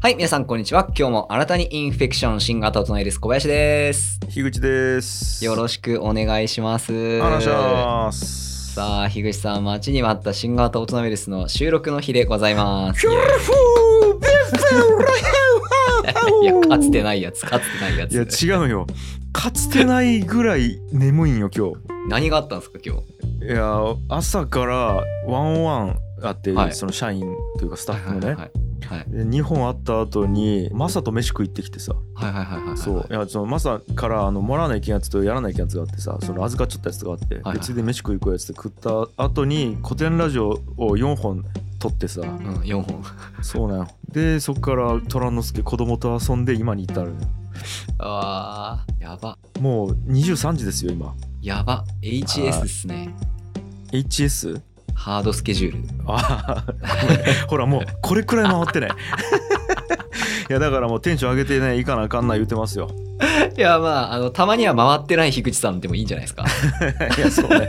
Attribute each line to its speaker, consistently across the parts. Speaker 1: はい、皆さん、こんにちは。今日も新たにインフェクション新型を唱えです。小林です。
Speaker 2: 樋口です。
Speaker 1: よろ
Speaker 2: し
Speaker 1: しくお願いします。
Speaker 2: くお願いします。
Speaker 1: さあ、樋口さん、待ちに待った新型オトナウイルスの収録の日でございます。いや、かつてないやつ、かつてないや
Speaker 2: いや、
Speaker 1: つ。
Speaker 2: 違うよ。かつてないぐらい眠いんよ、今
Speaker 1: 何があったんですか、今日。
Speaker 2: 日。いや、朝からワンワンあって、
Speaker 1: はい
Speaker 2: その社員というかスタッフ
Speaker 1: は
Speaker 2: も
Speaker 1: い
Speaker 2: ね。
Speaker 1: はいはい。はい
Speaker 2: で2本あった後にマサと飯食いってきてさ
Speaker 1: はいはいはいはいはい。
Speaker 2: そういやそのマサからあのもらわないけんやつとやらないけんやつがあってさその預かっちゃったやつがあって、
Speaker 1: はい
Speaker 2: でついで飯食い行こうやつで食った後に古典ラジオを4本撮ってさ、
Speaker 1: うん、4本。
Speaker 2: そうなんよでそっから虎之助子供と遊んで今に至る
Speaker 1: あー、やば。
Speaker 2: もう23時ですよ今
Speaker 1: やば。HS ですね。
Speaker 2: HS?
Speaker 1: ハードスケジュール。
Speaker 2: あーほらもうこれくらい回ってないいやだからもうテンション上げてねいかなあかんな言うてますよ
Speaker 1: いや、まあ、あの、たまには回ってない樋口さんでもいいんじゃないですか。
Speaker 2: いやそうね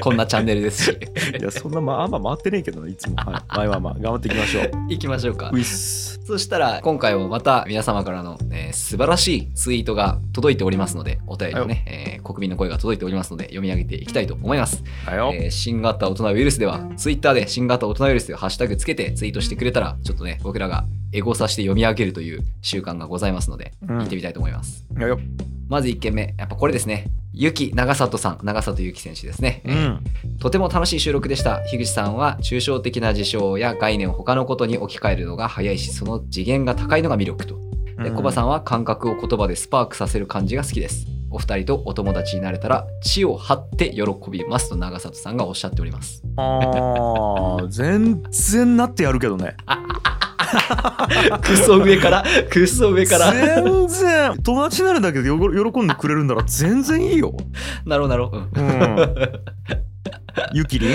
Speaker 1: こんなチャンネルですし。
Speaker 2: いやそんなまああんま回ってねえけどないつもはいまあまあまあ頑張っていきましょう
Speaker 1: 行きましょうか
Speaker 2: ウ。ィス
Speaker 1: そしたら今回もまた皆様からの、えー素晴らしいツイートが届いておりますのでお便りをね、えー国民の声が届いておりますので読み上げていきたいと思います、
Speaker 2: はよ、
Speaker 1: えー新型大人ウイルスではツイッターで新型大人ウイルスでハッシュタグつけてツイートしてくれたらちょっとね僕らがエゴさして読み上げるという習慣がございますので
Speaker 2: うん
Speaker 1: 見てみたいと思います、
Speaker 2: やよ
Speaker 1: まず1件目やっぱこれですねゆき長里さん長里ゆき選手ですね、え
Speaker 2: う
Speaker 1: ー
Speaker 2: ん
Speaker 1: とても楽しい収録でした樋口さんは抽象的な事象や概念を他のことに置き換えるのが早いしその次元が高いのが魅力とでコバさ
Speaker 2: ん
Speaker 1: んは感覚を言葉でスパークさせる感じが好きですお二人とお友達になれたら地を張って喜びますと長里さんがおっしゃっております
Speaker 2: あー全然なってやるけどね
Speaker 1: クソ上からクソ上から
Speaker 2: 全然友達になるだけでよご喜んでくれるんなら全然いいよ
Speaker 1: なるほどなるほど、うん
Speaker 2: ゆきりん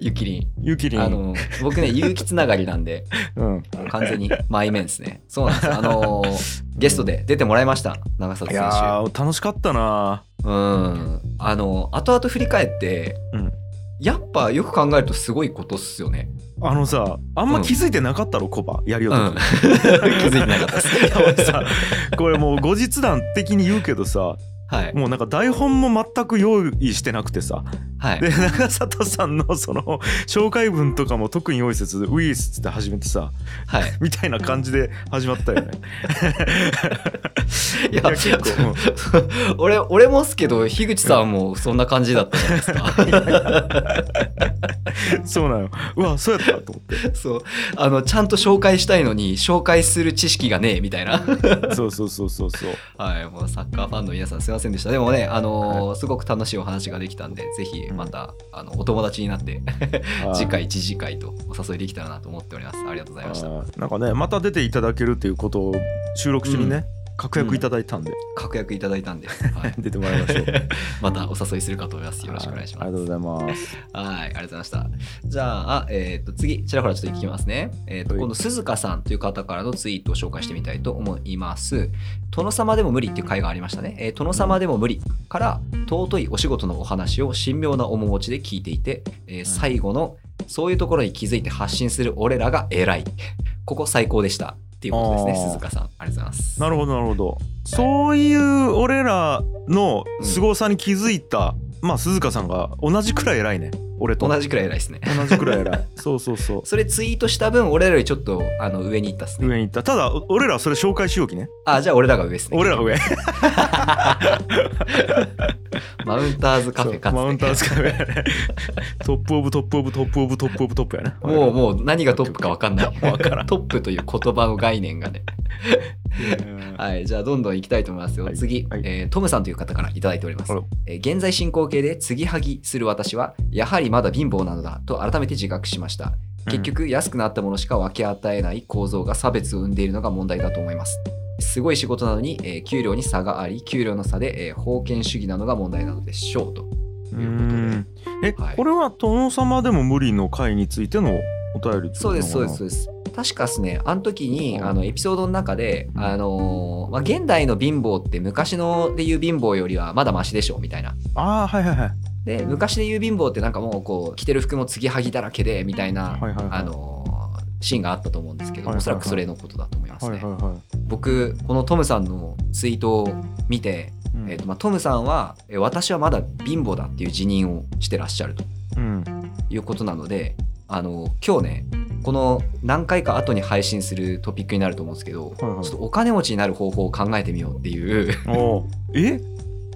Speaker 1: ゆきりん
Speaker 2: ゆきりん。
Speaker 1: あの僕ね結城つながりなんで
Speaker 2: うん、
Speaker 1: 完全に前面ですねそうなんですあのーゲストで出てもらいました長里
Speaker 2: い
Speaker 1: 選
Speaker 2: や
Speaker 1: 手
Speaker 2: ー楽しかったな。
Speaker 1: うん、あの後々振り返って、
Speaker 2: うん
Speaker 1: やっぱよく考えるとすごいことっすよね。
Speaker 2: あのさあんま気づいてなかったろ、コバやり
Speaker 1: う
Speaker 2: よ
Speaker 1: ん、
Speaker 2: う
Speaker 1: 気
Speaker 2: と
Speaker 1: づいてなかったっす。
Speaker 2: 俺さ これもう後日談的に言うけどさ
Speaker 1: はい
Speaker 2: もうなんか台本も全く用意してなくてさ
Speaker 1: はい
Speaker 2: で長里さんのその紹介文とかも特に用意せず「ウィース」っつって始めてさ
Speaker 1: はい。
Speaker 2: みたいな感じで始まったよね。
Speaker 1: いや
Speaker 2: いや結構
Speaker 1: 俺俺もっすけど樋口さんもそんな感じだったじゃないですか。
Speaker 2: うんそうなのうわそうやったと思って。
Speaker 1: そうあのちゃんと紹介したいのに紹介する知識がねえみたいな。
Speaker 2: そうそうそうそうそう。
Speaker 1: はい、もうサッカーファンの皆さんすいませんでした。でもね、あのーすごく楽しいお話ができたんで、ぜひまた、あのお友達になって 次回一次会とお誘いできたらなと思っておりますありがとうございました
Speaker 2: あーなんかねまた出ていただけるっていうことを収録中にね、確約いただいたんで、
Speaker 1: 確約いただいたんで、はい
Speaker 2: 出てもらいま しょう
Speaker 1: またお誘いするかと思います よろしくお願いします
Speaker 2: はありがとうございます
Speaker 1: はいありがとうございましたじゃあえっ、と次ちらほらちょっと聞きますねえっ、と
Speaker 2: はい
Speaker 1: 今度鈴鹿さんという方からのツイートを紹介してみたいと思います殿様でも無理っていう回がありましたね、えー殿様でも無理から尊いお仕事のお話を神妙な面持ちで聞いていて、えー最後のそういうところに気づいて発信する俺らが偉いここ最高でしたっていうことです
Speaker 2: あ
Speaker 1: ね
Speaker 2: ー
Speaker 1: 鈴鹿さんありがとうございます
Speaker 2: なるほどなるほどそういう俺らの凄さに気づいた、まあ鈴鹿さんが同じくらい偉いね俺と
Speaker 1: 同じくらい偉いですね。
Speaker 2: 同じくらい偉いそうそうそう
Speaker 1: それツイートした分、俺らよりちょっとあの上に行ったっすね。
Speaker 2: 上に行ったただお俺らはそれ紹介しようきね
Speaker 1: あ、じゃあ俺らが上ですね。
Speaker 2: 俺らが上
Speaker 1: マウンターズカフェかつて
Speaker 2: そうマウンターズカフェ トップオブトップオブトップオブトップオブトップやね
Speaker 1: もうもう何がトップか分かんない。
Speaker 2: 分からん
Speaker 1: トップという言葉の概念がね。
Speaker 2: うん
Speaker 1: はい、じゃあどんどん行きたいと思いますよ。
Speaker 2: はい
Speaker 1: 次、
Speaker 2: はい
Speaker 1: えートムさんという方からいただいております
Speaker 2: あら。
Speaker 1: えー現在進行形で継ぎはぎする私は、やはりまだ貧乏なのだと改めて自覚しました。結局安くなったものしか分け与えない構造が差別を生んでいるのが問題だと思いますすごい仕事なのに、えー給料に差があり給料の差で、えー封建主義なのが問題なのでしょうと
Speaker 2: う
Speaker 1: いうことで
Speaker 2: んえ、
Speaker 1: はい
Speaker 2: これは殿様でも無理の会についてのお便りってこと
Speaker 1: そう
Speaker 2: なのかな
Speaker 1: ですそうですそうです確かですねあの時に
Speaker 2: うん
Speaker 1: あのエピソードの中で、あのーまあ、現代の貧乏って昔のでいう貧乏よりはまだマシでしょうみたいな
Speaker 2: ああはいはいはい
Speaker 1: で昔で言う貧乏ってなんかもうこう着てる服も継ぎはぎだらけでみたいな、
Speaker 2: はいはいはい
Speaker 1: あのシーンがあったと思うんですけど、
Speaker 2: はいはいはい
Speaker 1: おそらくそれのことだと思いますね。
Speaker 2: は
Speaker 1: 僕このトムさんのツイートを見て、
Speaker 2: いうん
Speaker 1: えーとまあ、トムさんはえー私はまだ貧乏だっていう辞任をしてらっしゃると
Speaker 2: うん
Speaker 1: いうことなのであの今日ねこの何回か後に配信するトピックになると思うんですけど、
Speaker 2: はいはい
Speaker 1: ちょっとお金持ちになる方法を考えてみようっていう
Speaker 2: おうえ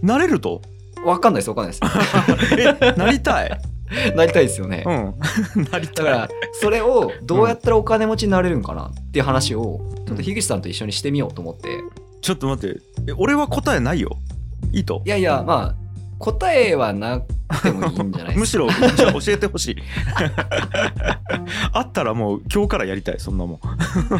Speaker 2: なれると
Speaker 1: わかんないですわかんない で
Speaker 2: えなりたい
Speaker 1: すなりたいですよね、
Speaker 2: うん なりた
Speaker 1: だ
Speaker 2: い
Speaker 1: からそれをどうやったらお金持ちになれるんかなっていう話をちょっと樋口さんと一緒にしてみようと思って
Speaker 2: ちょっと待ってえ俺は答えないよいいと
Speaker 1: いやいやまあ答えはなくてもいいんじゃないですか
Speaker 2: むしろじゃあ教えてほしいあったらもう今日からやりたいそん なもん分か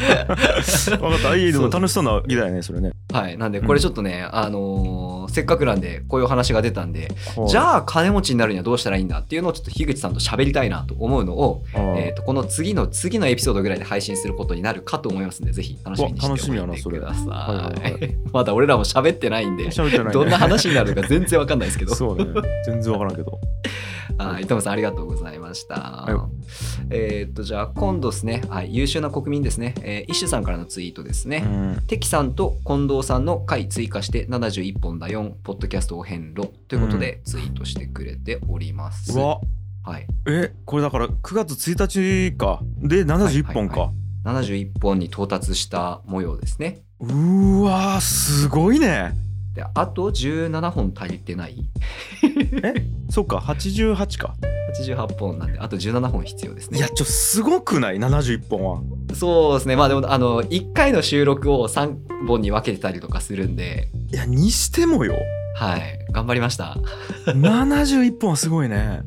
Speaker 2: ったいいでも楽しそうな議題ねそれね
Speaker 1: はい、なんでこれちょっとね、あのーせっかくなんでこういうお話が出たんで、じ
Speaker 2: あ
Speaker 1: ゃあ金持ちになるにはどうしたらいいんだっていうのをちょっと樋口さんと喋りたいなと思うのを、えー、とこの次の次のエピソードぐらいで配信することになるかと思いますんでぜひ楽しみにしておいてください、
Speaker 2: わ楽しみやなそれはいはい
Speaker 1: まだ俺らも喋ってないんで
Speaker 2: 喋ってない、ね、
Speaker 1: どんな話になるのか全然わかんないですけど
Speaker 2: そうね全然分からんけど
Speaker 1: はい、トムさんありがとうございました。
Speaker 2: い
Speaker 1: えーっと、じゃあ今度ですね、はい、優秀な国民ですね、えー、イッシュさんからのツイートですね。
Speaker 2: うん
Speaker 1: テキさんと近藤さんの回追加して71本だ4ポッドキャストを遍路ということでツイートしてくれております。
Speaker 2: うわ
Speaker 1: はい、
Speaker 2: えこれだから9月1日かで71本か、
Speaker 1: は71本に到達した模様ですね。
Speaker 2: うーわーすごいね
Speaker 1: であと17本足りてない
Speaker 2: そっか88か
Speaker 1: ?88 本なんであと17本必要です
Speaker 2: いや
Speaker 1: ね。
Speaker 2: ちょすごくない71本は
Speaker 1: そうですねまあでもあの1回の収録を3本に分けてたりとかするんで
Speaker 2: いやにして もよ
Speaker 1: はい頑張りました。
Speaker 2: 71本はすごいね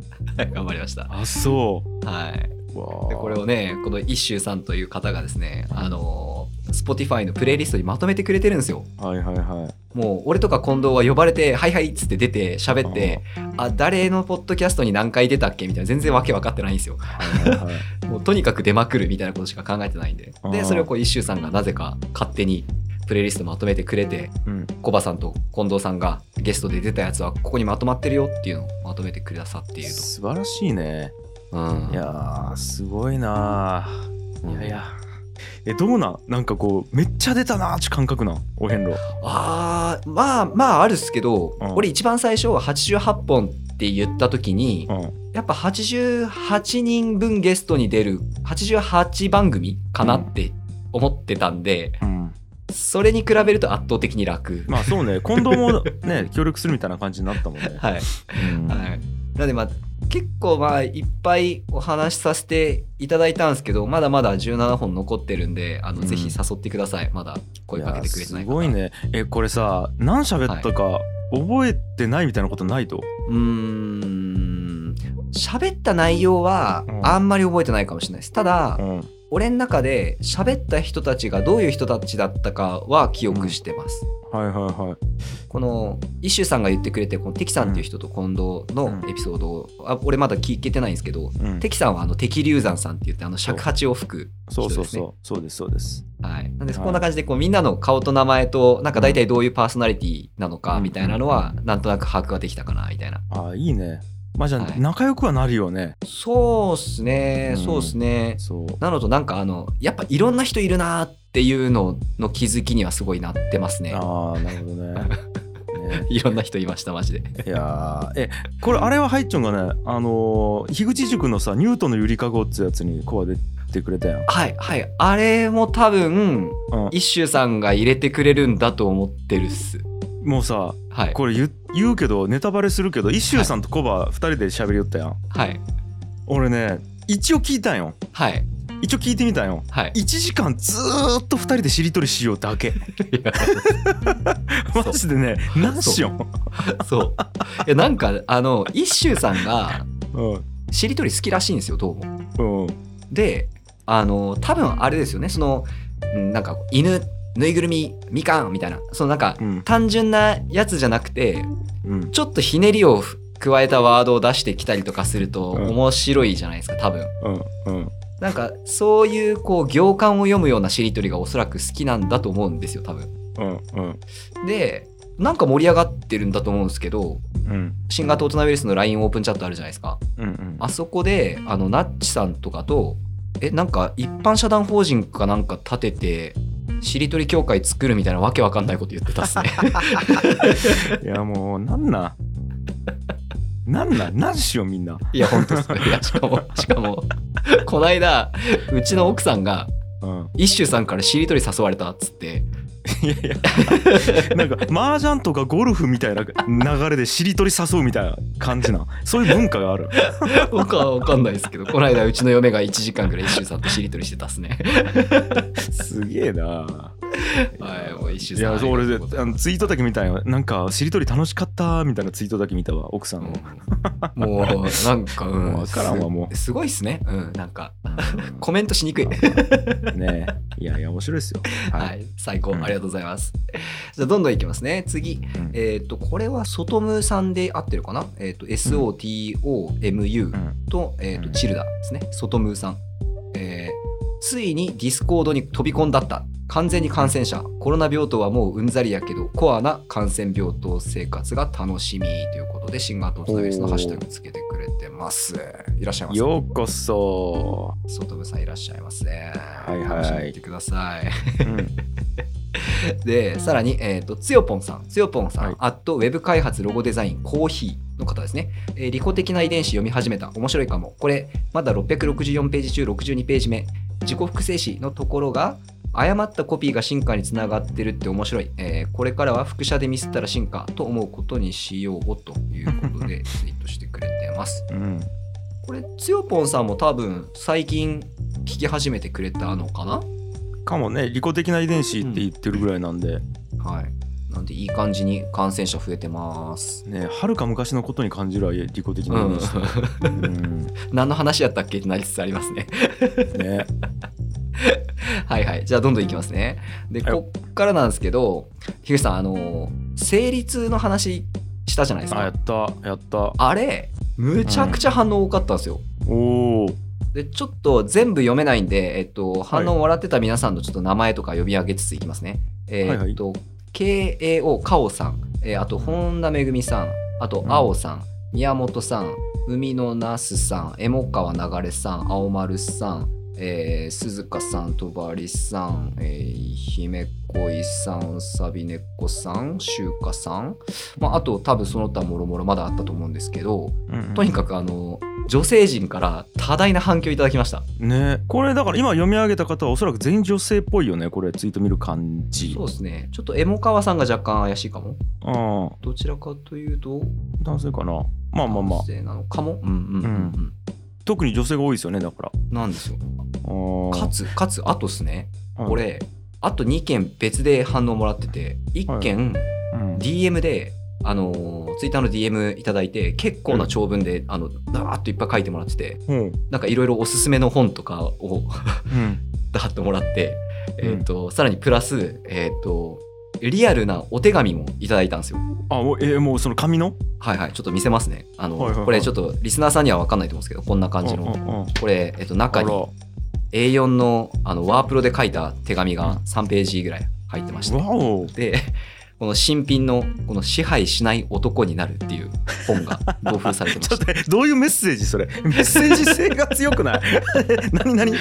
Speaker 1: 頑張りました。
Speaker 2: あそう
Speaker 1: はい。
Speaker 2: うわー
Speaker 1: でこれをねこのイッシュさんという方がですねあの Spotify のプレイリストにまとめてくれてるんですよ。
Speaker 2: はいはいはい
Speaker 1: もう俺とか近藤は呼ばれて「はいはい」っつって出て喋ってあ誰のポッドキャストに何回出たっけみたいな全然わけ分かってないんですよ
Speaker 2: はいはいはい
Speaker 1: もうとにかく出まくるみたいなことしか考えてないんで
Speaker 2: あ
Speaker 1: で
Speaker 2: ー
Speaker 1: それをこう一周さんがなぜか勝手にプレイリストまとめてくれて
Speaker 2: うん
Speaker 1: コバさんと近藤さんがゲストで出たやつはここにまとまってるよっていうのをまとめてくださっている
Speaker 2: 素晴らしいね
Speaker 1: と、うん、
Speaker 2: いやーすごいなー
Speaker 1: うん
Speaker 2: いやいやえどうなんなんかこうめっちゃ出たなーって感覚なんお遍路
Speaker 1: あーまあまああるっすけど、
Speaker 2: うん
Speaker 1: 俺一番最初は88本って言った時に、
Speaker 2: うん
Speaker 1: やっぱ88人分ゲストに出る88番組かなって思ってたんで、
Speaker 2: うん
Speaker 1: それに比べると圧倒的に楽、
Speaker 2: まあそうね近藤も ね協力するみたいな感じになったもんね
Speaker 1: はい、
Speaker 2: うん
Speaker 1: はい、なのでまあ結構まあいっぱいお話しさせていただいたんですけどまだまだ17本残ってるんであの、
Speaker 2: うん
Speaker 1: ぜひ誘ってくださいまだ声かけてくれてない
Speaker 2: やす
Speaker 1: 方
Speaker 2: ごいねえこれさ何喋ったか覚えてないみたいなことないと、
Speaker 1: うーん喋った内容は
Speaker 2: うん
Speaker 1: あんまり覚えてないかもしれないです、ただ、
Speaker 2: うん
Speaker 1: 俺の中で喋った人たちがどういう人たちだったかは記憶してます、
Speaker 2: はいはいはい
Speaker 1: このイッシュさんが言ってくれてこのテキさんっていう人と近藤のエピソードを、あ俺まだ聞けてないんですけど、
Speaker 2: うん
Speaker 1: テキさんはあの敵流山さんって言ってあの尺八を吹く
Speaker 2: そうそ
Speaker 1: そう
Speaker 2: う
Speaker 1: ですね
Speaker 2: そうそうですそうです
Speaker 1: はい、なんです
Speaker 2: はい
Speaker 1: こんな感じでこうみんなの顔と名前となんか大体どういうパーソナリティなのかみたいなのはなんとなく把握ができたかなみたいな
Speaker 2: ああいいねまあじゃあ
Speaker 1: はい
Speaker 2: 仲良くはなるよね、
Speaker 1: そうっすね
Speaker 2: うん
Speaker 1: そうっすね、
Speaker 2: そう
Speaker 1: なのとなんかあのやっぱいろんな人いるなーっていうのの気づきにはすごいなってますね
Speaker 2: ああなるほどね ね
Speaker 1: いろんな人いましたマジで
Speaker 2: いやーえこれあれはハイチョンがねあのー樋口塾のさニュートンのゆりかごってやつにコア出てくれたやん、う
Speaker 1: はいはいあれも多分
Speaker 2: ん
Speaker 1: 一周さんが入れてくれるんだと思ってるっす
Speaker 2: もうさ
Speaker 1: はい
Speaker 2: これ言う言うけどネタバレするけど一周さんとコバ2人で喋りよったやん、
Speaker 1: はい
Speaker 2: 俺ね一応聞いたんよ
Speaker 1: はい
Speaker 2: 一応聞いてみたんよ
Speaker 1: はい
Speaker 2: 1時間ずーっと2人でしりとりしようだけ
Speaker 1: い や
Speaker 2: マジでね何しよ
Speaker 1: そういやなんかあの一周さんが
Speaker 2: ううん
Speaker 1: しりとり好きらしいんですよどうも
Speaker 2: うん
Speaker 1: であの多分あれですよねそのうんなんか犬ぬいぐるみみかんみたいなそのなんか
Speaker 2: うん
Speaker 1: 単純なやつじゃなくて
Speaker 2: うん
Speaker 1: ちょっとひねりを加えたワードを出してきたりとかすると
Speaker 2: うん
Speaker 1: 面白いじゃないですか多分
Speaker 2: うんうん
Speaker 1: なんかそういうこう行間を読むようなしりとりがおそらく好きなんだと思うんですよ多分
Speaker 2: うんうん
Speaker 1: でなんか盛り上がってるんだと思うんですけど
Speaker 2: うん
Speaker 1: 新型大人ウイルスの LINE オープンチャットあるじゃないですか
Speaker 2: うんうん
Speaker 1: あそこであのナッチさんとかとえなんか一般社団法人かなんか立ててしりとり協会作るみたいなわけわかんないこと言ってたっすね
Speaker 2: いやもうなんなんなんなんなんしようみんない
Speaker 1: や本当ですねいやしかもしかもこないだうちの奥さんが
Speaker 2: うん
Speaker 1: 一周さんからしりとり誘われたっつって
Speaker 2: いやいや なんか麻雀とかゴルフみたいな流れでしりとり誘うみたいな感じなそういう文化がある
Speaker 1: 僕はわかんないですけどこないだうちの嫁が1時間ぐらい一周さんとしりとりしてたっすね
Speaker 2: すげえな
Speaker 1: はいもう一周
Speaker 2: い
Speaker 1: さん
Speaker 2: やそう俺
Speaker 1: あり
Speaker 2: で
Speaker 1: がとうござ
Speaker 2: あ
Speaker 1: い
Speaker 2: の
Speaker 1: ます
Speaker 2: ツイートだけ見たんよなんかしりとり楽しかったみたいなツイートだけ見たわ奥さんの
Speaker 1: うんもうなんかうん
Speaker 2: もうわからんわもう
Speaker 1: すすごいっすねうんなんかコメントしにくい
Speaker 2: ねえいやいや面白いですよ、
Speaker 1: はいい、最高、あ
Speaker 2: う
Speaker 1: りが
Speaker 2: ん
Speaker 1: とうございます。じゃあ、どんどんいきますね。次、
Speaker 2: うん
Speaker 1: えっ、と、これは、ソトムさんで合ってるかなえっ、と、
Speaker 2: う
Speaker 1: SOTOMU
Speaker 2: ん
Speaker 1: と、えっ、
Speaker 2: う
Speaker 1: と、
Speaker 2: ん
Speaker 1: チルダですね。ソトムさん。えーついにディスコードに飛び込んだった。完全に感染者。コロナ病棟はもううんざりやけど、コアな感染病棟生活が楽しみということで、新型コロナウイルスのハッシュタグつけてくれてます。いらっしゃいませ。
Speaker 2: ようこそ、
Speaker 1: ソトムさんいらっしゃいませ。はい
Speaker 2: はい
Speaker 1: 楽しみにしてください。
Speaker 2: うん、
Speaker 1: で、さらに、えっ、と、つよぽんさん、つよぽんさ
Speaker 2: は
Speaker 1: ん
Speaker 2: い、
Speaker 1: あと、ウェブ開発、ロゴデザイン、コーヒーの方ですね。えー利己的な遺伝子読み始めた。面白いかも。これ、まだ664ページ中62ページ目。自己複製紙のところが、誤ったコピーが進化につながってるって面白い。えーこれからは副写でミスったら進化と思うことにしようということ でツイートしてくれてます。
Speaker 2: うん、
Speaker 1: これ、つよぽんさんも多分最近聞き始めてくれたのかな
Speaker 2: かもね利己的な遺伝子って言ってるぐらいなんで、
Speaker 1: はい。なんで、いい感じに感染者増えてます。
Speaker 2: ねはるか昔のことに感じるわ利己的な遺伝子、
Speaker 1: うん、
Speaker 2: うん
Speaker 1: 何の話やったっけってなりつつありますね。
Speaker 2: ね
Speaker 1: はいはい。じゃあどんどんいきますね。で、
Speaker 2: はい
Speaker 1: こっからなんですけど、樋口さん、あのー、生理痛の話したじゃないです
Speaker 2: あや
Speaker 1: か
Speaker 2: っ。たやった
Speaker 1: あれ、むちゃくちゃ反応多かったんですよ。
Speaker 2: おお
Speaker 1: で、ちょっと全部読めないんで、えっと、反応もらってた皆さんのちょっと名前とか呼び上げつついきますね。え
Speaker 2: はいはい
Speaker 1: っと、KAO かおさん、えーあと、本田めぐみさん、あと
Speaker 2: う、ん
Speaker 1: あおさん、宮本さん、海のなすさん、江も川流れさん、青丸さん、えー鈴鹿さん、とばりさん、えー、姫恋さん、さびねっこさん、しゅうかさん、まあ、あと、多分その他もろもろまだあったと思うんですけど、とにかくあの女性陣から多大な反響いただきました。
Speaker 2: ねこれだから今読み上げた方はおそらく全員女性っぽいよねこれツイート見る感じ
Speaker 1: そうですね。ちょっとエモ川さんが若干怪しいかも。
Speaker 2: うん
Speaker 1: どちらかというと
Speaker 2: 男性かなまあまあまあ
Speaker 1: 男性なのかも。うんうんうんうん。
Speaker 2: 特に女性が多いですよねだから
Speaker 1: なんですよ。
Speaker 2: うん
Speaker 1: かつかつあとですね。
Speaker 2: うん
Speaker 1: これあと2件別で反応もらってて1件
Speaker 2: うん
Speaker 1: DM で。あのツイッター Twitter の DM いただいて結構な長文で、あのダーッといっぱい書いてもらってて
Speaker 2: うん
Speaker 1: なんかいろいろおすすめの本とかを
Speaker 2: うん
Speaker 1: ダーッともらって、
Speaker 2: うん
Speaker 1: えーとさらにプラス、えー、とリアルなお手紙もいただいたんですよ。
Speaker 2: あもうえーもうその紙の
Speaker 1: はいはい、ちょっと見せますね。あの、
Speaker 2: はいはいはい
Speaker 1: これちょっとリスナーさんには分かんないと思うんですけど、こんな感じ
Speaker 2: うんう
Speaker 1: の。
Speaker 2: んうん
Speaker 1: これ、えっと、
Speaker 2: あ
Speaker 1: 中
Speaker 2: ら
Speaker 1: に A4 のあのワープロで書いた手紙が3ページぐらい入ってまして。
Speaker 2: わお
Speaker 1: で、この新品の、この支配しない男になるっていう本 が同封されてま
Speaker 2: ちょ
Speaker 1: し。
Speaker 2: ったとどういうメッセージそれメッセージ性が強くない 何何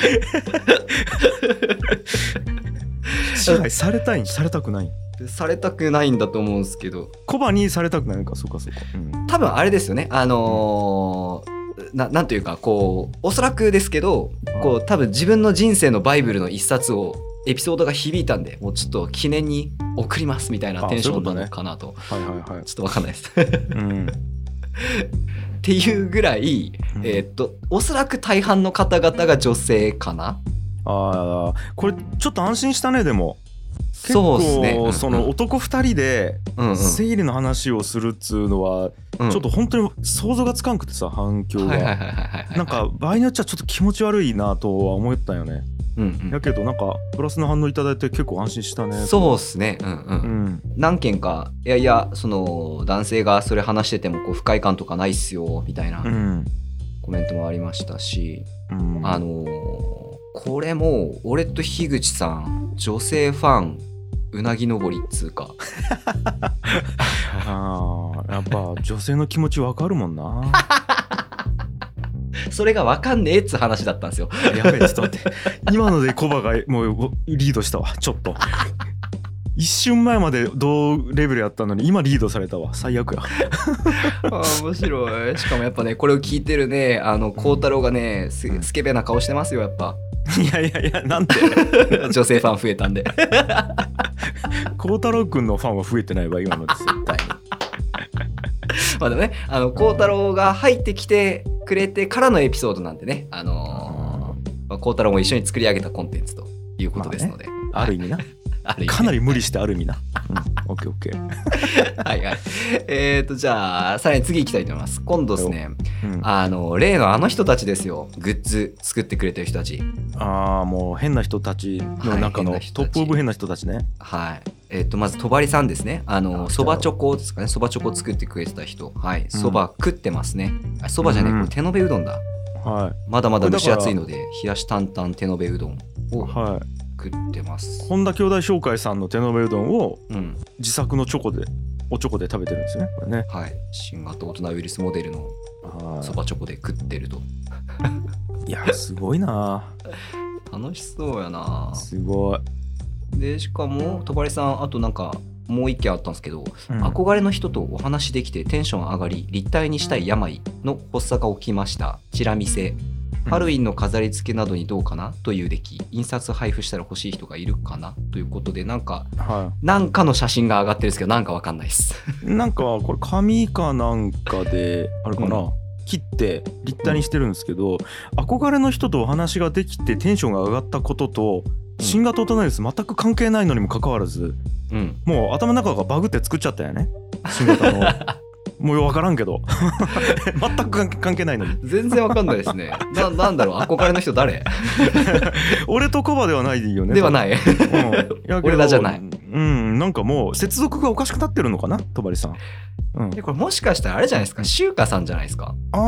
Speaker 2: 支配されたいんされたくないん
Speaker 1: されたくないんだと思うんですけど、
Speaker 2: コバにされたくないのかそうかそうか、うん
Speaker 1: 多分あれですよねあのーななんというかこうおそらくですけどこう多分自分の人生のバイブルの一冊をエピソードが響いたんでもうちょっと記念に送りますみたいな
Speaker 2: あ
Speaker 1: テンションな
Speaker 2: そういうことね
Speaker 1: のかなと
Speaker 2: はいはいはい
Speaker 1: ちょっとわかんないです っ
Speaker 2: うん
Speaker 1: ていうぐらい、
Speaker 2: うん
Speaker 1: えーっとおそらく大半の方々が女性かな
Speaker 2: あーこれちょっと安心したねでも結
Speaker 1: そう
Speaker 2: 構
Speaker 1: ですねうんうん
Speaker 2: その男2人で
Speaker 1: うんうん
Speaker 2: 生理の話をするっつうのは
Speaker 1: うん
Speaker 2: ちょっと本当に想像がつかんくてさ反響
Speaker 1: はいはいはい
Speaker 2: が
Speaker 1: はいはいはい
Speaker 2: なんか場合によっちゃちょっと気持ち悪いなとは思ったよね
Speaker 1: うん
Speaker 2: だけどなんかプラスの反応いただいて結構安心した
Speaker 1: う
Speaker 2: ね
Speaker 1: んそうですねうんうん、
Speaker 2: うん
Speaker 1: 何件かいやいやその男性がそれ話しててもこう不快感とかないっすよみたいな、
Speaker 2: うん
Speaker 1: コメントもありましたし、
Speaker 2: うん
Speaker 1: あのーこれも俺と樋口さん女性ファンうなぎ登りっつうか
Speaker 2: あーやっぱ女性の気持ちわかるもんな
Speaker 1: それが分かんねえっつう話だったんですよ。
Speaker 2: やべえ、ちょっと待って。今のでコバがもうリードしたわ、ちょっと。一瞬前まで同レベルやったのに、今リードされたわ。最悪や。
Speaker 1: あー面白いしかもやっぱねこれを聞いてるねあの孝太郎がねすスケベな顔してますよやっぱ
Speaker 2: いやいやいや、なんて。
Speaker 1: 女性ファン増えたんで
Speaker 2: 孝太郎くんのファンは増えてないわ、今ので絶対。
Speaker 1: まあでもねあの孝太郎が入ってきてくれてからのエピソードなんでねあのーまあ孝太郎も一緒に作り上げたコンテンツということですので、
Speaker 2: ある意味な。
Speaker 1: ある意味ね
Speaker 2: かなり無理してある意味な。うん、オッケーオッケー。
Speaker 1: はいはいえっ、ー、とじゃあさらに次行きたいと思います今度ですね
Speaker 2: うん、あ
Speaker 1: あの例のあの人たちですよグッズ作ってくれてる人たち
Speaker 2: あー、もう変な人たちの中の
Speaker 1: はい変な人たち
Speaker 2: トップオブ変な人たちね。
Speaker 1: はい。えっ、と、まず、とばりさんですね。あ
Speaker 2: あ
Speaker 1: の、そばチョコですかね。そばチョコ作ってくれてた人。はい。そば食ってますね。あそばじゃねえ、
Speaker 2: うん
Speaker 1: これ手延べうどんだ。
Speaker 2: は
Speaker 1: まだまだ蒸し暑いので、冷やし担々手延べうどん
Speaker 2: い。
Speaker 1: を
Speaker 2: は
Speaker 1: 食ってます
Speaker 2: い。。本田兄弟紹介さんの手延べうどんを
Speaker 1: うん。
Speaker 2: 自作のチョコで、おチョコで食べてるんですよね。これね。
Speaker 1: はい。新型大人ウイルスモデルの
Speaker 2: はい
Speaker 1: そばチョコで食ってると。
Speaker 2: いや、すごいな。
Speaker 1: 楽しそうやな
Speaker 2: すごい。
Speaker 1: で、しかも、とばりさん、あとなんか、もう一件あったんですけど、
Speaker 2: うん
Speaker 1: 憧れの人とお話しできてテンション上がり立体にしたい病の発作が起きましたチラ見せハロウィンの飾り付けなどにどうかなという出来印刷配布したら欲しい人がいるかなということでなんか
Speaker 2: は
Speaker 1: なんかの写真が上がってるんですけどなんかわかんないです
Speaker 2: い、なんかこれ紙かなんかであれかな、
Speaker 1: うん
Speaker 2: 切って立体にしてるんですけど、憧れの人とお話ができてテンションが上がったことと
Speaker 1: うん
Speaker 2: 新型オトナウイルス全く関係ないのにもかかわらず
Speaker 1: うん
Speaker 2: もう頭の中がバグって作っちゃったよね新型のもう分からんけど 全く関係関係ないのに
Speaker 1: 全然わかんないですねななんだろう憧れの人 誰
Speaker 2: 俺とコバではないよね、
Speaker 1: ではないい
Speaker 2: うんいやけど
Speaker 1: 俺らじゃない
Speaker 2: うんなんかもう接続がおかしくなってるのかな戸張さん、うん、
Speaker 1: でこれもしかしたらあれじゃないですか周華さんじゃないですか
Speaker 2: ああ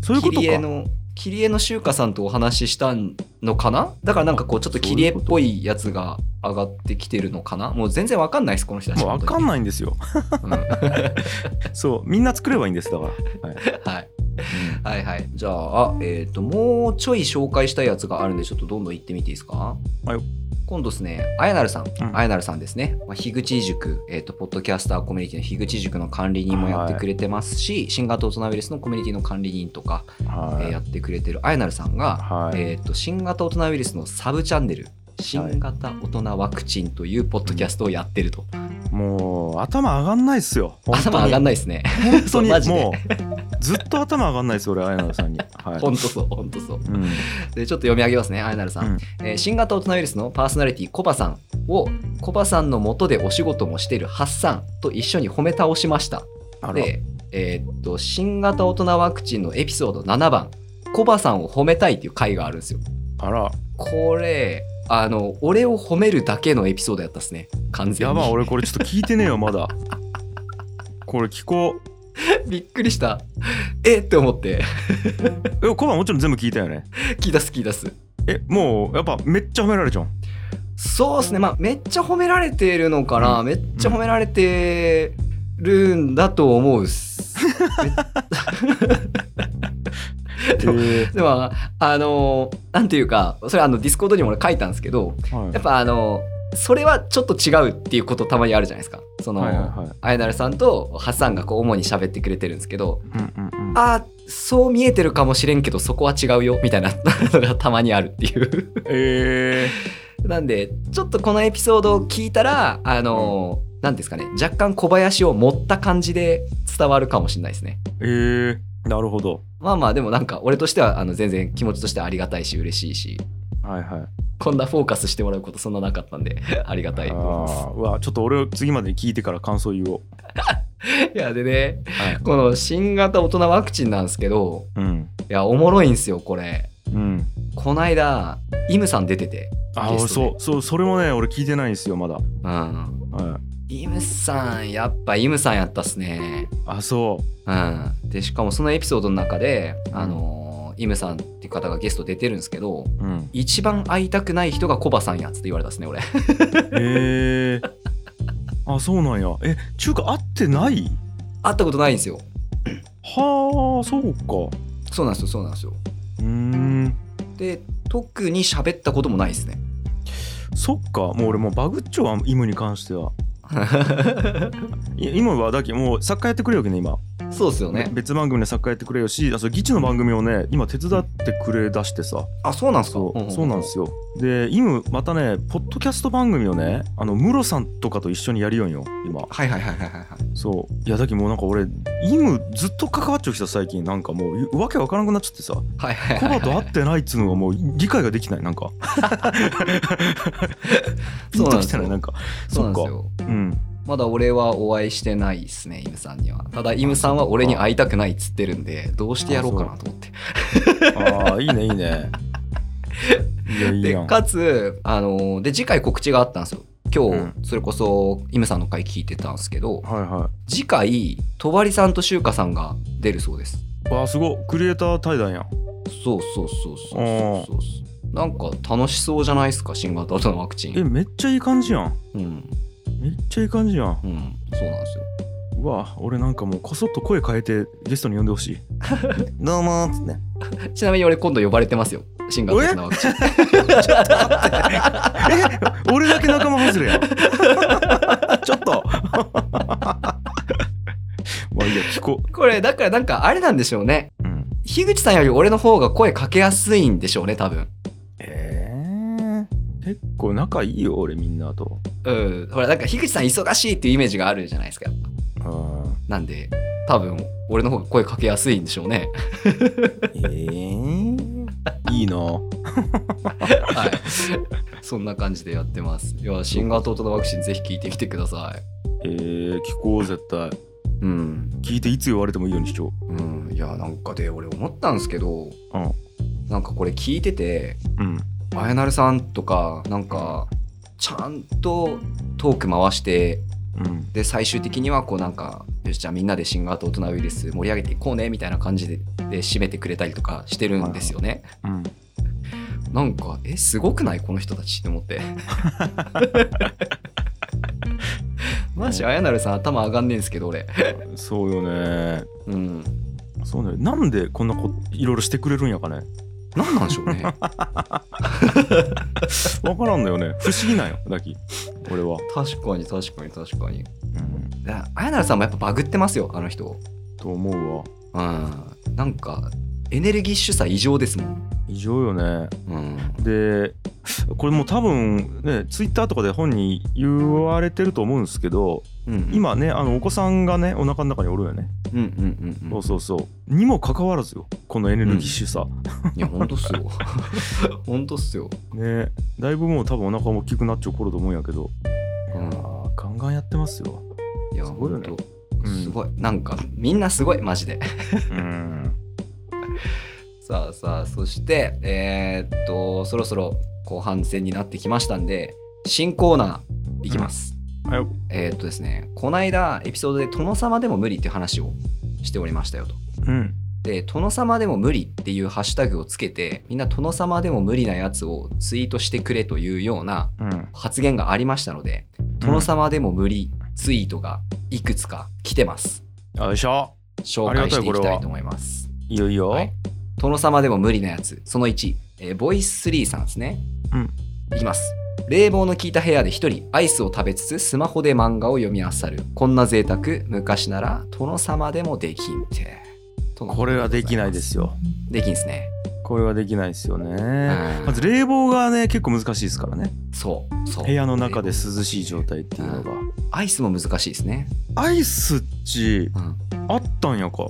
Speaker 2: そういうこ
Speaker 1: 切
Speaker 2: と
Speaker 1: り絵
Speaker 2: か
Speaker 1: の切り絵の周華さんとお話ししたのかなだからなんかこうちょっと切り絵っぽいやつが上がってきてるのかなもう全然わかんないですこの人たち
Speaker 2: もう分かんないんですよ
Speaker 1: 本当にうん
Speaker 2: そう、みんな作ればいいんですだから。はい。
Speaker 1: はいはいはいじゃあえっ、ともうちょい紹介したいやつがあるんでちょっとどんどん行ってみていいですか
Speaker 2: はいよ
Speaker 1: 今度ですね、あやなるさん、
Speaker 2: ん
Speaker 1: あやなるさんですね、まあ、樋口塾、えっと、ポッドキャスターコミュニティの樋口塾の管理人もやってくれてますし、新型オトナウイルスのコミュニティの管理人とか、えーや
Speaker 2: は
Speaker 1: ってくれてるあやなるさんが、
Speaker 2: はい
Speaker 1: えー、と新型大人ウイルスのサブチャンネル「新型大人ワクチン」というポッドキャストをやってると、
Speaker 2: い。もう頭上がんないっすよ。
Speaker 1: 頭上がん
Speaker 2: な
Speaker 1: な
Speaker 2: い。
Speaker 1: いですね
Speaker 2: 本当
Speaker 1: マ
Speaker 2: に
Speaker 1: ジで
Speaker 2: もうずっと頭上がんないです俺あやなさんに。はい。
Speaker 1: ほんとそうほんとそう
Speaker 2: うん。
Speaker 1: でちょっと読み上げますねあやなるさん、
Speaker 2: うん
Speaker 1: えー新型大人ウイルスのパーソナリティコバさんをコバさんの元でお仕事もしているハッサンと一緒に褒め倒しました
Speaker 2: あら。
Speaker 1: でえーっと新型大人ワクチンのエピソード7番コバさんを褒めたいっていう回があるんですよ
Speaker 2: あら。
Speaker 1: これあの俺を褒めるだけのエピソードやったっすね完全に
Speaker 2: やばい俺これちょっと聞いてねえよまだ。これ聞こう。
Speaker 1: びっくりした。えって思って、
Speaker 2: えコバもちろん全部聞いたよね。
Speaker 1: 聞き出す聞き出す。
Speaker 2: えもうやっぱめっちゃ褒められちゃう。
Speaker 1: そうですね、まあ、めっちゃ褒められてるのかな、めっちゃ褒められてるんだと思うっす。 でも
Speaker 2: え
Speaker 1: でも、あの、なんていうか、それあのディスコードにも俺書いたんですけど、
Speaker 2: ーはい
Speaker 1: やっぱあの、それはちょっと違うっていうことたまにあるじゃないですか。その、
Speaker 2: はいはいはい
Speaker 1: アイナルさんとハッサンがこう主に喋ってくれてるんですけど、
Speaker 2: うんうんうん。
Speaker 1: あーそう見えてるかもしれんけどそこは違うよみたいなのがたまにあるっていう。
Speaker 2: え
Speaker 1: なんでちょっとこのエピソードを聞いたらあのーなんですかね若干小林を持った感じで伝わるかもしれないですね。
Speaker 2: ー、えー、なるほど。
Speaker 1: まあまあでもなんか俺としてはあの全然気持ちとしてはありがたいし嬉しいし
Speaker 2: はいはい。
Speaker 1: こんなフォーカスしてもらうことそんななかったんで ありがたいと思います
Speaker 2: あ。ーうわちょっと俺を次までに聞いてから感想言おう。
Speaker 1: いやでね
Speaker 2: はい。
Speaker 1: この新型大人ワクチンなんですけど
Speaker 2: うん。
Speaker 1: いやおもろいんすよこれ。
Speaker 2: うん。
Speaker 1: こないだイムさん出てて。
Speaker 2: あ
Speaker 1: ゲ
Speaker 2: あ
Speaker 1: ストで
Speaker 2: そうそうそれもね俺聞いてないんですよまだ、
Speaker 1: うん
Speaker 2: はい、
Speaker 1: イムさんやっぱイムさんやったっすね。
Speaker 2: あそ
Speaker 1: うん、でしかもそのエピソードの中で、あのーイムさんっていう方がゲスト出てるんですけど
Speaker 2: う、うん、
Speaker 1: 一番会いたくない人がコバさんやっつって言われたっすね俺
Speaker 2: へえあそうなんやえ中華合ってない
Speaker 1: 会ったことないんですよ
Speaker 2: はあそうか
Speaker 1: そうなんですよそうなんですよ
Speaker 2: うーん
Speaker 1: で特に喋ったこともないですね
Speaker 2: そっかもう俺もうバグっちょはイムに関してはイイムはだけもう作家やってくれよけね今
Speaker 1: そうですよね
Speaker 2: 別番組で作家やってくれよしあそうギチの番組をね今手伝ってくれだしてさ
Speaker 1: あそうなんですか
Speaker 2: そう,、
Speaker 1: んん
Speaker 2: そうなんですよでイムまたねポッドキャスト番組をねあのムロさんとかと一緒にやるよんよ今
Speaker 1: はいはいはいはいはいはい
Speaker 2: そういやだけもうなんか俺イムずっと関わっちゃうきた最近なんかもうわけわからなくなっちゃってさ
Speaker 1: はい はい
Speaker 2: コ
Speaker 1: はい
Speaker 2: バと
Speaker 1: は
Speaker 2: 会
Speaker 1: い
Speaker 2: ってないっつうのがもう理解ができないなんかピンときてないなんか
Speaker 1: そう
Speaker 2: そ
Speaker 1: なん
Speaker 2: っ
Speaker 1: で
Speaker 2: か
Speaker 1: すよ
Speaker 2: うん
Speaker 1: まだ俺はお会いしてないですねイムさんにはただイムさんは俺に会いたくないっつってるんでどうしてやろうかなと思って
Speaker 2: ああいいねいいねいやいい
Speaker 1: で
Speaker 2: やん
Speaker 1: かつあので次回告知があったんですよ今日、
Speaker 2: う
Speaker 1: それこそイムさんの回聞いてたんですけど
Speaker 2: はいは
Speaker 1: 次回とばりさんとしゅうかさんが出るそうです
Speaker 2: いわあすごいクリエイター対談やん
Speaker 1: そうそうそうそうそうそうそうなんか楽しそうじゃないですか新型のワクチ
Speaker 2: え
Speaker 1: ン
Speaker 2: めっちゃいい感じやん
Speaker 1: うん
Speaker 2: めっちゃいい感じやん
Speaker 1: うんそうなんですよ
Speaker 2: うわ俺なんかもうこそっと声変えてゲストに呼んでほしい どうもーっつって
Speaker 1: ちなみに俺今度呼ばれてますよ新型コロナワクチン
Speaker 2: え 俺だけ仲間外 れやちょっと まあいいや聞こ
Speaker 1: これだからなんかあれなんでしょうね
Speaker 2: う、うん、
Speaker 1: 樋口さんより俺の方が声かけやすいんでしょうね多分
Speaker 2: えー、結構仲いいよ俺みんなと
Speaker 1: うんほらなんか樋口さん忙しいっていうイメージがあるじゃないですかやっぱ
Speaker 2: うん
Speaker 1: なんで多分俺の方が声かけやすいんでしょうね
Speaker 2: えー、いいな
Speaker 1: はい そんな感じでやってますいや新型弟のワクチンぜひ聞いてみてください
Speaker 2: えー、聞こう絶対
Speaker 1: うん
Speaker 2: 聞いていつ言われてもいいようにしよ
Speaker 1: うんいやなんかで俺思ったんですけど、
Speaker 2: うん
Speaker 1: なんかこれ聞いてて
Speaker 2: ううん
Speaker 1: あやなるさんとかなんかちゃんとトーク回して
Speaker 2: うん
Speaker 1: で最終的にはこうなんかよしじゃあみんなで新型大人ウイルス盛り上げていこうねみたいな感じでで締めてくれたりとかしてるんですよね、
Speaker 2: うん
Speaker 1: なんかえすごくないこの人たちって思って マジ綾成さん頭上がんねえんですけど俺
Speaker 2: そうよね
Speaker 1: うん
Speaker 2: そうねなんでこんなこといろいろしてくれるんやかね
Speaker 1: 何なんでしょう ね
Speaker 2: わからんのよね不思議なんよだき俺は、
Speaker 1: 確かに確かに確かに
Speaker 2: うん、
Speaker 1: あ綾成さんもやっぱバグってますよあの人
Speaker 2: と思うわ
Speaker 1: うんなんかエネルギッシュさ異常ですもん
Speaker 2: 異常よね
Speaker 1: うん
Speaker 2: でこれもう多分ねツイッターとかで本に言われてると思うんですけど
Speaker 1: うん
Speaker 2: 今ねあのお子さんがねお腹の中におるよね、
Speaker 1: うんうんうんう
Speaker 2: そ
Speaker 1: ん
Speaker 2: うそうそうにもかかわらずよこのエネルギッシュさ、
Speaker 1: いや本当っすよ 本当っすよ
Speaker 2: ねだいぶもう多分お腹も大きくなっちゃう頃と思うんやけど、
Speaker 1: うん
Speaker 2: いやーガンガンやってますよ
Speaker 1: いや、
Speaker 2: すごいよね
Speaker 1: 本
Speaker 2: う
Speaker 1: 当
Speaker 2: ん
Speaker 1: すごい。なんか、みんなすごい、マジで。
Speaker 2: うん
Speaker 1: さあさあ、そして、えーっと、そろそろ後半戦になってきましたんで、新コーナーいきます。
Speaker 2: はいよ
Speaker 1: えーっとですね、こないだエピソードで殿様でも無理っていう話をしておりましたよと。
Speaker 2: うん
Speaker 1: で、殿様でも無理っていうハッシュタグをつけて、みんな殿様でも無理なやつをツイートしてくれというような
Speaker 2: うん
Speaker 1: 発言がありましたので、殿様でも無理ツイートがいくつか来てます。
Speaker 2: よいしょ
Speaker 1: 紹
Speaker 2: あり
Speaker 1: 介
Speaker 2: がた
Speaker 1: し
Speaker 2: い
Speaker 1: ていき
Speaker 2: これ
Speaker 1: た
Speaker 2: はい
Speaker 1: と思います。
Speaker 2: いいよいいよ、
Speaker 1: はい、殿様でも無理なやつその1、えーボイス3さんですね
Speaker 2: うん
Speaker 1: いきます冷房の効いた部屋で一人アイスを食べつつスマホで漫画を読み漁るこんな贅沢昔なら殿様でもできんてとの
Speaker 2: これはできないですよ
Speaker 1: できんですね、
Speaker 2: これはできないですよね
Speaker 1: うん
Speaker 2: まず冷房がね結構難しいですからね
Speaker 1: そうそう
Speaker 2: 部屋の中で涼しい状態っていうのが
Speaker 1: アイスも難しいですね、
Speaker 2: アイスっち
Speaker 1: うん、
Speaker 2: あったんやか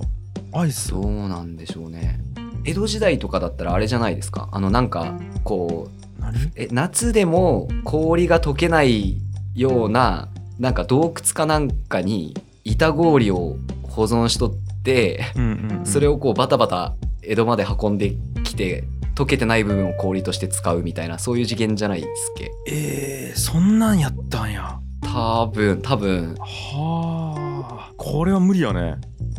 Speaker 2: アイス
Speaker 1: どうなんでしょうね江戸時代とかだったらあれじゃないですかあのなんかこう
Speaker 2: 何
Speaker 1: え夏でも氷が溶けないようななんか洞窟かなんかに板氷を保存しとって
Speaker 2: うんうんうん
Speaker 1: それをこうバタバタ江戸まで運んできて溶けてない部分を氷として使うみたいなそういう次元じゃないですっけ
Speaker 2: えー、そんなんやったんや
Speaker 1: 多分多分
Speaker 2: はあこれは無理やね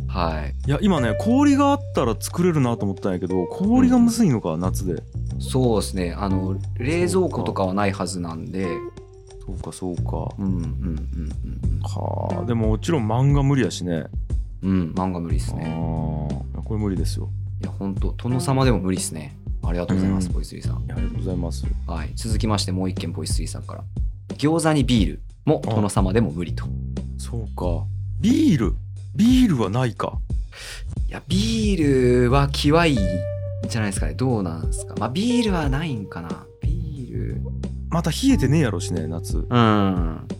Speaker 1: はい
Speaker 2: いや今ね氷があったら作れるなと思ったんやけど氷がむずいのか夏で
Speaker 1: そうですねあの冷蔵庫とかはないはずなんで
Speaker 2: そうかそうか
Speaker 1: うんうん
Speaker 2: はあでももちろん漫画無理やしね
Speaker 1: うんうんうん漫画無理です
Speaker 2: ああ
Speaker 1: ね
Speaker 2: ーこれ無理ですよ
Speaker 1: いいや本当殿様でも無理ですねありがとうございます、
Speaker 2: うん
Speaker 1: ボイスリーさん
Speaker 2: いやありがとうございます
Speaker 1: はい、続きましてもう一件ボイス3さんから餃子にビールも殿様でも無理と
Speaker 2: そうかビールビールはないか
Speaker 1: いやビールはきわいんじゃないですかねどうなんですかまあビールはないんかなビール
Speaker 2: また冷えてねえやろしね夏
Speaker 1: うん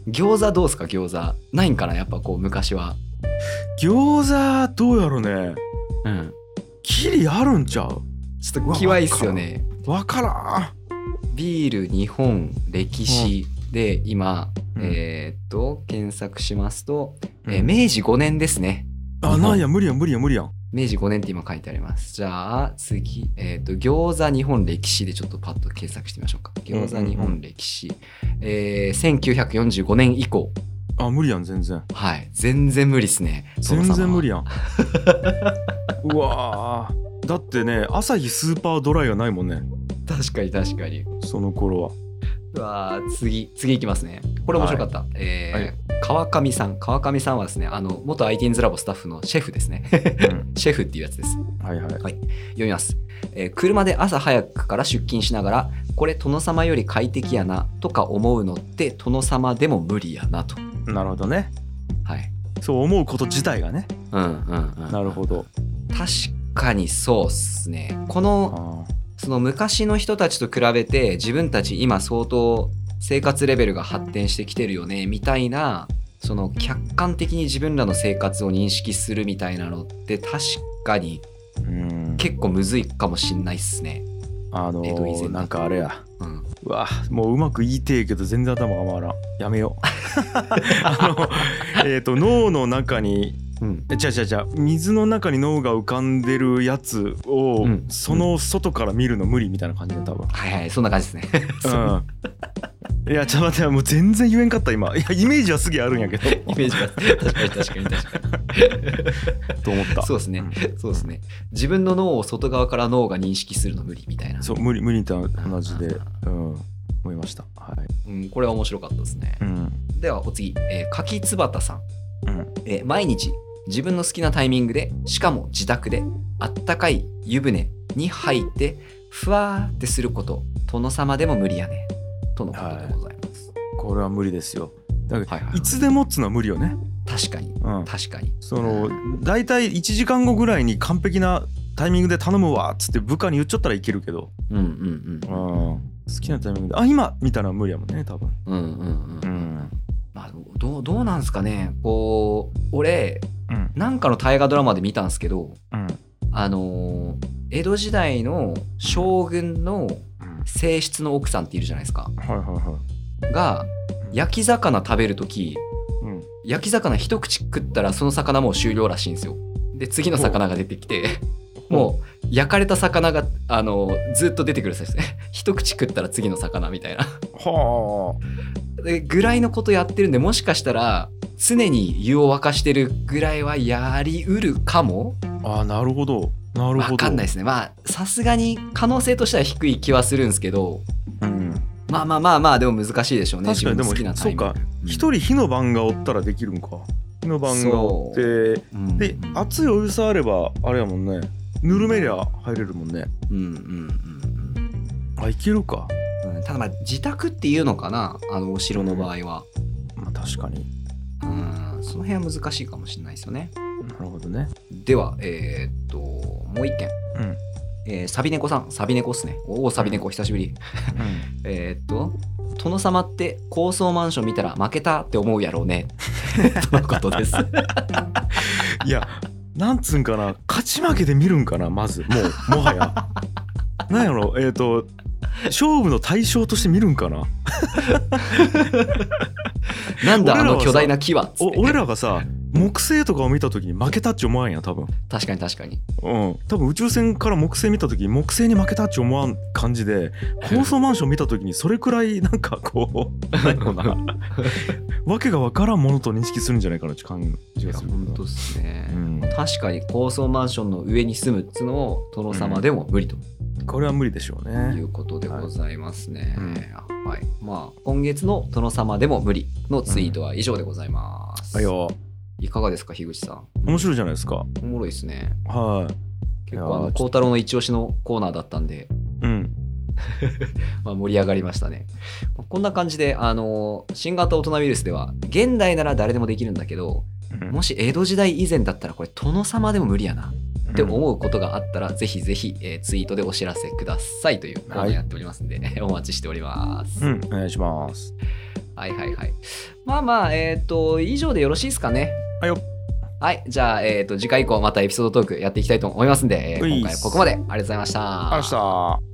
Speaker 1: 餃子どうですか餃子ないんかなやっぱこう昔は
Speaker 2: 餃子どうやろね
Speaker 1: うん
Speaker 2: キリあるんちゃう
Speaker 1: ちょっときわいっすよね
Speaker 2: わから
Speaker 1: ビール日本歴史で今、
Speaker 2: うん
Speaker 1: えーっと検索しますと、
Speaker 2: ん、
Speaker 1: えー明治5年ですね
Speaker 2: あなんや無理やん無理やん無理やん
Speaker 1: 明治5年って今書いてあります。じゃあ次、えっ、と、餃子日本歴史でちょっとパッと検索してみましょうか。餃子日本歴史。えー、1945年以降。
Speaker 2: あ無理やん全然
Speaker 1: はい。全然無理っすね。
Speaker 2: 全然無理
Speaker 1: や。
Speaker 2: やん うわーだってね朝日スーパードライがないもんね
Speaker 1: 確かに確かに。
Speaker 2: その頃は
Speaker 1: うわー次、次いきますね。これ面白かった。えー
Speaker 2: はい
Speaker 1: 川上さん。川上さんはですね、あの、元 i t i n s ラボスタッフのシェフですね。 シェフっていうやつです。
Speaker 2: はいはい
Speaker 1: 読みます、えー車で朝早くから出勤しながらこれ殿様より快適やなとか思うのって殿様でも無理やなと
Speaker 2: なるほどね
Speaker 1: はい
Speaker 2: そう思うこと自体がね
Speaker 1: うんうんうん
Speaker 2: なるほど
Speaker 1: 確かにそうっすねこの
Speaker 2: あ
Speaker 1: その昔の人たちと比べて自分たち今相当生活レベルが発展してきてるよねみたいなその客観的に自分らの生活を認識するみたいなのって確かに
Speaker 2: ーうん
Speaker 1: 結構むずいかもしんないっすね
Speaker 2: あの
Speaker 1: 江戸以前だ
Speaker 2: ー、
Speaker 1: と
Speaker 2: なんかあれや
Speaker 1: うん
Speaker 2: うわもううまく言いてえけど全然頭が回らんやめよう あのえっ、と脳の中に
Speaker 1: うん
Speaker 2: え違う違う違う水の中に脳が浮かんでるやつを、
Speaker 1: うん
Speaker 2: その外から見るの無理みたいな感じで多分
Speaker 1: はいはいそんな感じですね
Speaker 2: うんいやちょっと待ってもう全然言えんかった今いやイメージはすげえあるんや けど
Speaker 1: イメージが確かに確かに確か
Speaker 2: と思った
Speaker 1: にそうですね
Speaker 2: ん
Speaker 1: そうですね自分の脳を外側から脳が認識するの無理みたいな
Speaker 2: そう無理無理って話で、うん、思いましたはい、
Speaker 1: うん、これは面白かったですね
Speaker 2: うん
Speaker 1: ではお次、えー、柿つばたさん、
Speaker 2: うん、
Speaker 1: えー毎日自分の好きなタイミングでしかも自宅であったかい湯船に入ってふわーってすること殿様でも無理やねとのことでございます、
Speaker 2: これは無理ですよだ
Speaker 1: は
Speaker 2: から
Speaker 1: いはいはい
Speaker 2: いつでもっつのは無理よね、
Speaker 1: 確かに
Speaker 2: うん、
Speaker 1: 確かに
Speaker 2: その大体1時間後ぐらいに完璧なタイミングで頼むわっつって部下に言っちゃったらいけるけど、
Speaker 1: うんうん
Speaker 2: うん、好きなタイミングで「あ今!」みたいなのは無理やもんね多分
Speaker 1: うんうんうんうん
Speaker 2: ん
Speaker 1: まあどうどうなんですかねこう俺
Speaker 2: うん
Speaker 1: なんかの大河ドラマで見たんですけど、
Speaker 2: うん
Speaker 1: あのー江戸時代の将軍の正室の奥さんっているじゃないですか。
Speaker 2: はいはいは
Speaker 1: が
Speaker 2: い
Speaker 1: 焼き魚食べる時
Speaker 2: うん
Speaker 1: 焼き魚一口食ったらその魚もう終了らしいんですよ。で次の魚が出てきて もう焼かれた魚が、あのーずっと出てくるんですね 一口食ったら次の魚みたいな
Speaker 2: は
Speaker 1: でぐらいのことやってるんでもしかしたら常に湯を沸かしてるぐらいはやりうるかも
Speaker 2: ああーなるほどなるほど
Speaker 1: わかんない
Speaker 2: い、
Speaker 1: ですねまあさすがに可能性としては低い気はするんですけど
Speaker 2: うん、
Speaker 1: まあまあまあまあでも難しいでしょうね
Speaker 2: 確かに
Speaker 1: 自分の好きなタイミング
Speaker 2: でも一人火の番がおったらできるんか火の番がおって
Speaker 1: うんうん
Speaker 2: で熱いお湯さえあればあれやもんねぬるめりゃ入れるもんね
Speaker 1: うんうんうん
Speaker 2: あいけるか
Speaker 1: うんうんただまあ自宅っていうのかなあのお城の場合は
Speaker 2: まあ確かに
Speaker 1: うんその辺は難しいかもしれないですよね
Speaker 2: なるほどね
Speaker 1: ではえーっともう一件、
Speaker 2: うん
Speaker 1: えーサビネコさんサビネコっすねおおサビネコ久しぶりえーっと「殿様って高層マンション見たら負けたって思うやろう ね」とのことです。
Speaker 2: いやなんつうんかな勝ち負けで見るんかなまずもうも はやなんやろえっ、と勝負の対象として見るんかな
Speaker 1: なんだあ
Speaker 2: 俺らは
Speaker 1: の
Speaker 2: さ
Speaker 1: 巨大な木はっつっ
Speaker 2: お
Speaker 1: て
Speaker 2: 俺らがさ木星とかを見た時に負けたっち思わんやん多分
Speaker 1: 確かに確かに。
Speaker 2: うん多分宇宙船から木星見た時に木星に負けたっち思わん感じで高層マンション見た時にそれくらいなんかこ うなんやろなわけがわからんものと認識するんじゃないかなって感じ
Speaker 1: い
Speaker 2: が
Speaker 1: や
Speaker 2: する
Speaker 1: 本当っすね。
Speaker 2: うん
Speaker 1: 確かに高層マンションの上に住むっつのを殿様でも無理と
Speaker 2: これは無理でしょう
Speaker 1: い
Speaker 2: ね
Speaker 1: うことでございますね。
Speaker 2: うん
Speaker 1: はい、まあ今月の殿様でも無理のツイートは以上でございます。
Speaker 2: はいよ
Speaker 1: いかがですか樋口さん。
Speaker 2: 面白いじゃないですか
Speaker 1: おもろいですね。
Speaker 2: はい
Speaker 1: 結構あ
Speaker 2: いや
Speaker 1: の
Speaker 2: ーち
Speaker 1: 孝太郎の一押しのコーナーだったんで、
Speaker 2: うん。
Speaker 1: まあ、盛り上がりましたねこんな感じであの新型大人ウイルスでは現代なら誰でもできるんだけどもし江戸時代以前だったらこれ殿様でも無理やなって思うことがあったら、ぜひぜひ、えーツイートでお知らせくださいというコーナーやっておりますんで、 お待ちしております、
Speaker 2: うん。うん、お願いします。
Speaker 1: はいはいはいまあまあえっ、と以上でよろしいですかね
Speaker 2: はいよ。
Speaker 1: はいじゃあ、えー、と次回以降またエピソードトークやっていきたいと思いますんで、えー
Speaker 2: うい
Speaker 1: 今
Speaker 2: っす
Speaker 1: 回はここまでありがとうございました
Speaker 2: ありがとうございました。